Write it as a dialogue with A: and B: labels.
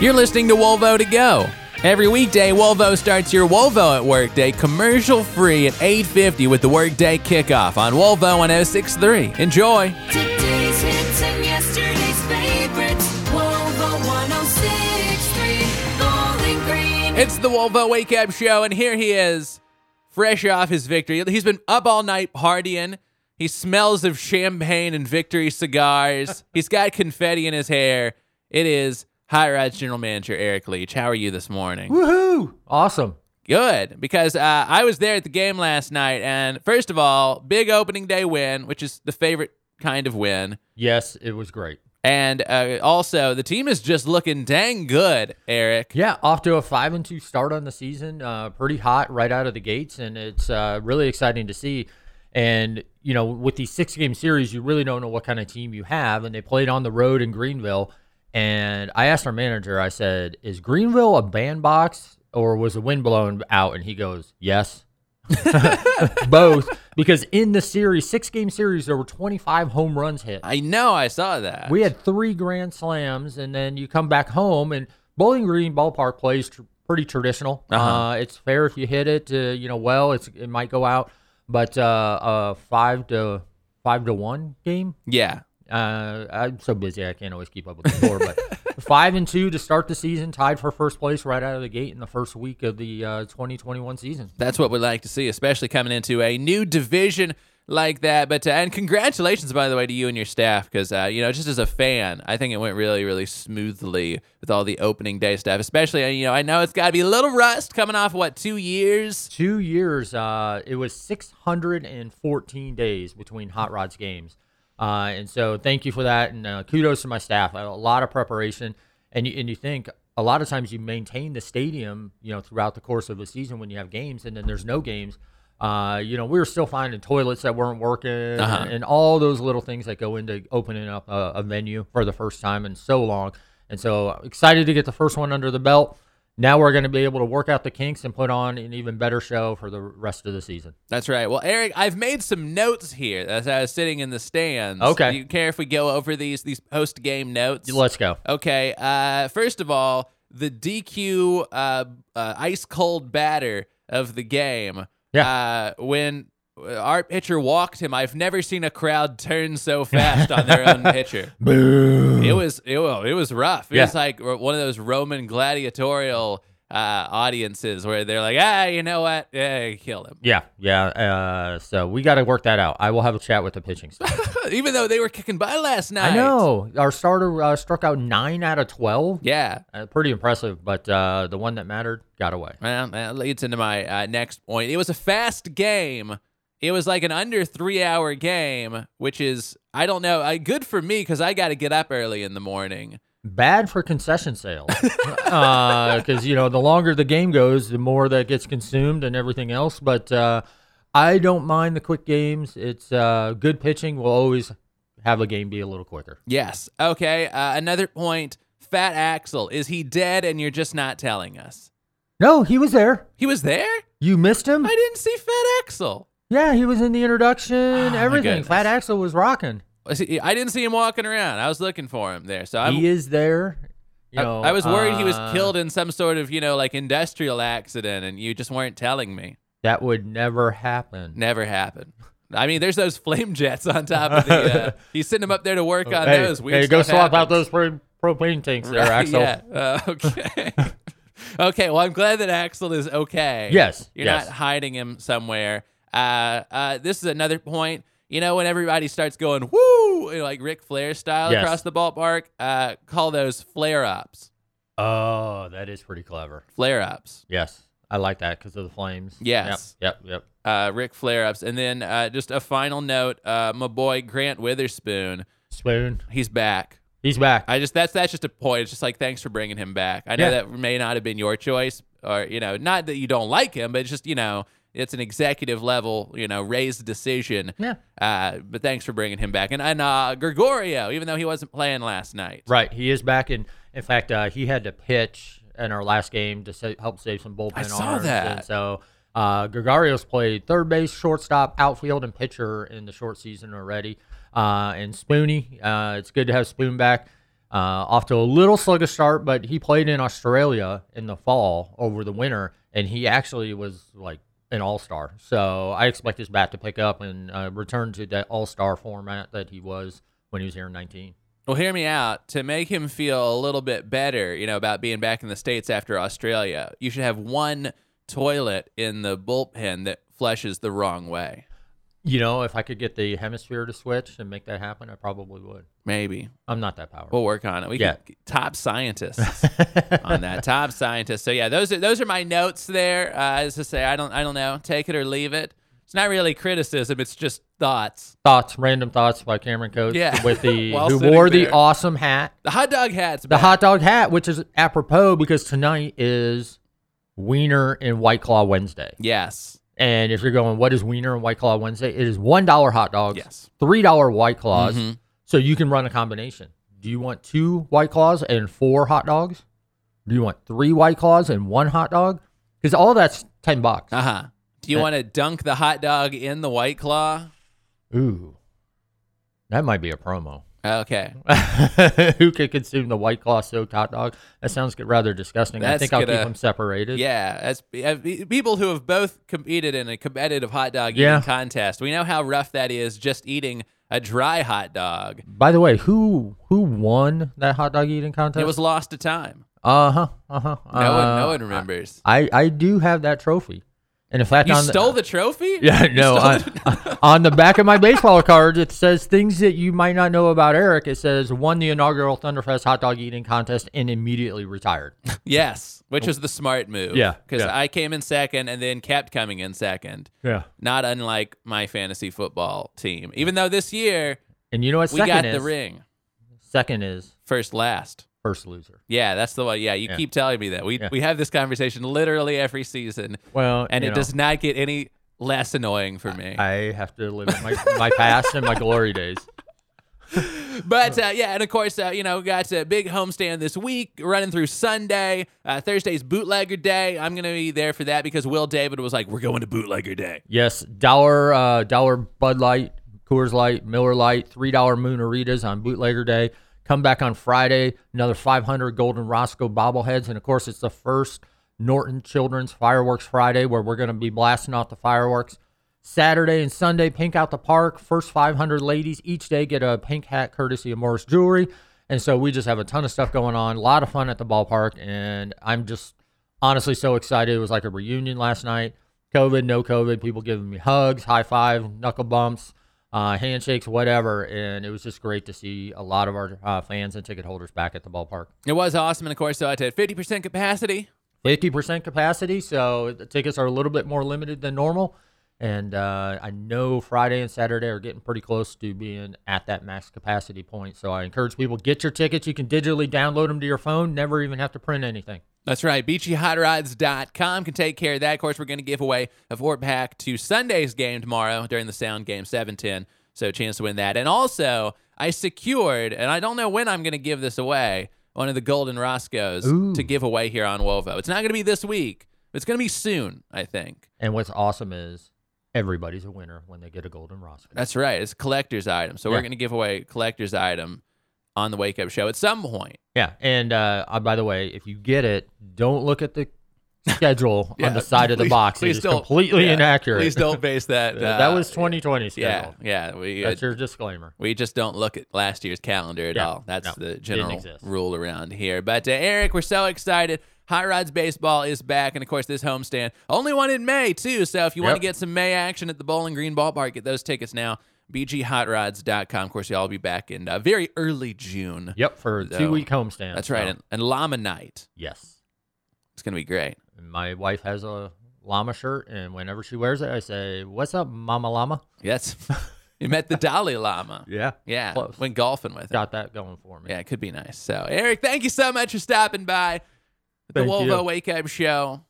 A: You're listening to Wolvo to Go. Every weekday, Wolvo starts your Wolvo at Work Day commercial free at 8.50 with the Workday Kickoff on Wolvo 1063. Enjoy.
B: Today's hits and yesterday's favorites. Wova 1063, Bowling Green.
A: It's the Wolvo Wake Up Show, and here he is, fresh off his victory. He's been up all night partying. He smells of champagne and victory cigars. He's got confetti in his hair. It is High Rides General Manager Eric Leach. How are you this morning?
C: Woohoo! Awesome.
A: Good, because uh, I was there at the game last night, and first of all, big opening day win, which is the favorite kind of win.
C: Yes, it was great.
A: And uh, also, the team is just looking dang good, Eric.
C: Yeah, off to a five and two start on the season. Uh, pretty hot right out of the gates, and it's uh, really exciting to see. And you know, with these six game series, you really don't know what kind of team you have. And they played on the road in Greenville. And I asked our manager, I said, "Is Greenville a bandbox, or was the wind blown out?" And he goes, "Yes." Both, because in the series, six game series, there were 25 home runs hit.
A: I know, I saw that.
C: We had three grand slams, and then you come back home, and Bowling Green Ballpark plays tr- pretty traditional. uh it's fair if you hit it, uh, you know, well, it's it might go out, but uh, uh, five to five to one game.
A: yeah.
C: Uh, I'm so busy, I can't always keep up with the score. but five and two to start the season, tied for first place right out of the gate in the first week of the uh, 2021 season.
A: That's what we'd like to see, especially coming into a new division like that. But uh, and congratulations, by the way, to you and your staff, because uh, you know, just as a fan, I think it went really, really smoothly with all the opening day stuff. Especially, uh, you know, I know it's got to be a little rust coming off what two years.
C: two years, uh, it was 614 days between Hot Rods games. Uh, and so thank you for that. And uh, kudos to my staff. A lot of preparation. And you, and you think a lot of times you maintain the stadium, you know, throughout the course of the season when you have games and then there's no games. Uh, you know, we were still finding toilets that weren't working
A: Uh-huh.
C: and, all those little things that go into opening up a, a venue for the first time in so long. And so uh, excited to get the first one under the belt. Now we're going to be able to work out the kinks and put on an even better show for the rest of the season.
A: That's right. Well, Eric, I've made some notes here as I was sitting in the stands.
C: Okay.
A: Do you care if we go over these these post game notes?
C: Let's go.
A: Okay. Uh, first of all, the DQ uh, uh, ice cold batter of the game.
C: Yeah.
A: Uh, when our pitcher walked him, I've never seen a crowd turn so fast on their own pitcher.
C: Boo.
A: It was it, wa- it was rough. It
C: Yeah.
A: was like r- one of those Roman gladiatorial uh, audiences where they're like, ah, you know what? Yeah, kill him.
C: Yeah, yeah. Uh, so we got to work that out. I will have a chat with the pitching staff.
A: Even though they were kicking butt last night.
C: I know our starter uh, struck out nine out of twelve.
A: Yeah.
C: Uh, pretty impressive, but uh, the one that mattered got away.
A: Well, that leads into my uh, next point. It was a fast game. It was like an under three hour game, which is, I don't know, uh, good for me because I got to get up early in the morning.
C: Bad for concession sales because you know the longer the game goes, the more that gets consumed and everything else. But uh, I don't mind the quick games. It's uh, good pitching will always have a game be a little quicker.
A: Yes. Okay. Uh, another point Fat Axel. Is he dead and you're just not telling us?
C: No, he was there.
A: He was there?
C: You missed him.
A: I didn't see Fat Axel.
C: Yeah, he was in the introduction.
A: Oh my
C: everything.
A: goodness.
C: Flat Axel was rocking.
A: Was he- I didn't see him walking around. I was looking for him there. So I'm,
C: he is there. You
A: I,
C: know,
A: I was worried he was
C: uh,
A: killed in some sort of, you know, like industrial accident and you just weren't telling me.
C: That would never happen.
A: Never happened. I mean, there's those flame jets on top of the. Uh, he's sending them up there to work on
C: hey,
A: those. Weird
C: hey, go
A: stuff
C: swap out
A: happens.
C: those pro- propane tanks there,
A: Right,
C: Axel.
A: Yeah. Uh, okay. okay. Well, I'm glad that Axel is okay.
C: Yes,
A: You're
C: yes.
A: not hiding him somewhere. Uh, uh, this is another point. You know, when everybody starts going woo, you know, like Ric Flair style
C: Yes.
A: across the ballpark, uh, call those flare ups.
C: Oh, that is pretty clever.
A: Flare ups.
C: Yes, I like that because of the flames.
A: Yes.
C: Yep. Yep. Yep.
A: Uh, Ric Flair ups. And then uh, just a final note uh, my boy Grant Witherspoon,
C: Spoon.
A: he's back.
C: He's back.
A: I just that's that's just a point. It's just like thanks for bringing him back. I know
C: Yeah.
A: that may not have been your choice, or you know, not that you don't like him, but it's just you know, it's an executive level, you know, raised decision.
C: yeah.
A: Uh, but thanks for bringing him back, and and uh, Gregorio, even though he wasn't playing last night.
C: Right. He is back, and in fact, uh, he had to pitch in our last game to sa- help save some bullpen.
A: I saw
C: arms.
A: that.
C: And so uh, Gregarios played third base, shortstop, outfield, and pitcher in the short season already. Uh, and Spoony, uh, it's good to have Spoon back. Uh, off to a little sluggish start, but he played in Australia in the fall over the winter, and he actually was like an all star. So I expect his bat to pick up and uh, return to that all star format that he was when he was here in 19.
A: Well, hear me out. To make him feel a little bit better, you know, about being back in the States after Australia, you should have one toilet in the bullpen that flushes the wrong way.
C: You know, if I could get the hemisphere to switch and make that happen, I probably would.
A: Maybe.
C: I'm not that powerful.
A: We'll work on it. We
C: Yeah.
A: could top scientists on that. Top scientists. So yeah, those are those are my notes there. Uh, as to say, I don't I don't know. Take it or leave it. It's not really criticism. It's just thoughts.
C: thoughts, random thoughts by Cameron Coates
A: Yeah.
C: with the
A: While
C: who
A: sitting
C: wore the
A: there.
C: awesome hat,
A: The hot dog hats.
C: the hot dog hat, which is apropos because tonight is Wiener and White Claw Wednesday.
A: Yes.
C: And if you're going, what is Wiener and White Claw Wednesday? It is one dollar hot dogs,
A: Yes.
C: three dollar White Claws.
A: Mhm.
C: So you can run a combination. Do you want two White Claws and four hot dogs? Do you want three White Claws and one hot dog? Because all that's ten bucks.
A: Uh huh. Do you
C: That-
A: want to dunk the hot dog in the white claw?
C: Ooh, that might be a promo.
A: Okay.
C: who could consume the White Claw soaked hot dog. That sounds good, rather disgusting. I
A: That's
C: think I'll keep
A: gonna-
C: them separated.
A: Yeah, as uh, people who have both competed in a competitive hot dog eating
C: Yeah.
A: contest, we know how rough that is. Just eating a dry hot dog,
C: By the way, who who won that hot dog eating contest?
A: it was lost to time.
C: uh-huh, uh-huh.
A: No one, no one remembers.
C: I, I do have that trophy. And in fact,
A: You
C: on
A: stole
C: the,
A: the trophy?
C: yeah,
A: You
C: no.
A: stole
C: On,
A: the-
C: on the back of my baseball card, it says things that you might not know about Eric. It says won the inaugural Thunderfest hot dog eating contest and immediately retired.
A: yes, which was the smart move.
C: Yeah,
A: Because
C: yeah.
A: I came in second and then kept coming in second.
C: Yeah.
A: Not unlike my fantasy football team. Even though this year
C: And you know what?
A: we
C: Second
A: got
C: is
A: the ring
C: second is
A: first last.
C: first loser.
A: Yeah, that's the one. Yeah, you
C: Yeah.
A: keep telling me that. We
C: Yeah.
A: we have this conversation literally every season,
C: Well,
A: and
C: you
A: it
C: know.
A: does not get any less annoying for me.
C: I have to live my, my past and my glory days.
A: But uh, yeah, and of course, uh, you know, got a big homestand this week, running through Sunday. Uh, Thursday's bootlegger day. I'm gonna be there for that because Will David was like, "We're going to bootlegger day."
C: Yes, dollar uh, dollar Bud Light, Coors Light, Miller Light, three dollar Moonaritas on Bootlegger Day. Come back on Friday, another five hundred Golden Roscoe bobbleheads, and of course it's the first Norton Children's Fireworks Friday where we're going to be blasting off the fireworks. Saturday and Sunday, pink out the park. First 500 ladies each day get a pink hat courtesy of Morris Jewelry. And so we just have a ton of stuff going on. A lot of fun at the ballpark. And I'm just honestly so excited. It was like a reunion last night. COVID, no COVID, people giving me hugs, high five, knuckle bumps, uh, handshakes, whatever. And it was just great to see a lot of our uh, fans and ticket holders back at the ballpark.
A: It was awesome, and of course, so I had 50% capacity.
C: 50% capacity, so the tickets are a little bit more limited than normal. And uh, I know Friday and Saturday are getting pretty close to being at that max capacity point. So I encourage people get your tickets. You can digitally download them to your phone, never even have to print anything.
A: That's right. BeachyHotRods.com can take care of that. Of course, we're going to give away a four pack to Sunday's game tomorrow during the Sound Game 710. So, chance to win that. And also, I secured, and I don't know when I'm going to give this away, one of the Golden Roscoes
C: Ooh.
A: to give away here on Wovo. It's not going to be this week, but it's going to be soon, I think.
C: And what's awesome is everybody's a winner when they get a Golden Roscoe.
A: That's right. It's a collector's item. So, we're
C: Yeah.
A: going to give away a collector's item on the Wake Up Show at some point.
C: Yeah, and uh, uh, by the way, if you get it, don't look at the schedule on the side of the
A: Please-
C: box.
A: please
C: it is
A: don't-
C: completely
A: yeah,
C: inaccurate.
A: Please don't base that.
C: Uh,
A: uh,
C: that was 2020 schedule.
A: Yeah, yeah. We, uh,
C: That's your disclaimer.
A: We just don't look at last year's calendar at
C: Yeah,
A: all. That's
C: no,
A: the
C: didn't
A: general
C: exist.
A: rule around here. But uh, Eric, we're so excited. High Rods Baseball is back, and of course, this homestand only one in May too. So if you want to
C: Yep.
A: get some May action at the Bowling Green Ballpark, get those tickets now. BGHotRods.com. Of course, y'all will be back in uh, very early June.
C: Yep, for
A: So,
C: two week homestand.
A: That's right,
C: So,
A: and, and Llama Night.
C: yes,
A: It's gonna be great.
C: my wife has a llama shirt, and whenever she wears it, I say, "What's up, Mama Llama?"
A: Yes, you met the Dalai Lama.
C: Yeah,
A: Yeah,
C: Close.
A: went golfing with him.
C: got that going for me.
A: Yeah, it could be nice. So, Eric, thank you so much for stopping by the
C: Thank you.
A: Volvo Wake Up Show.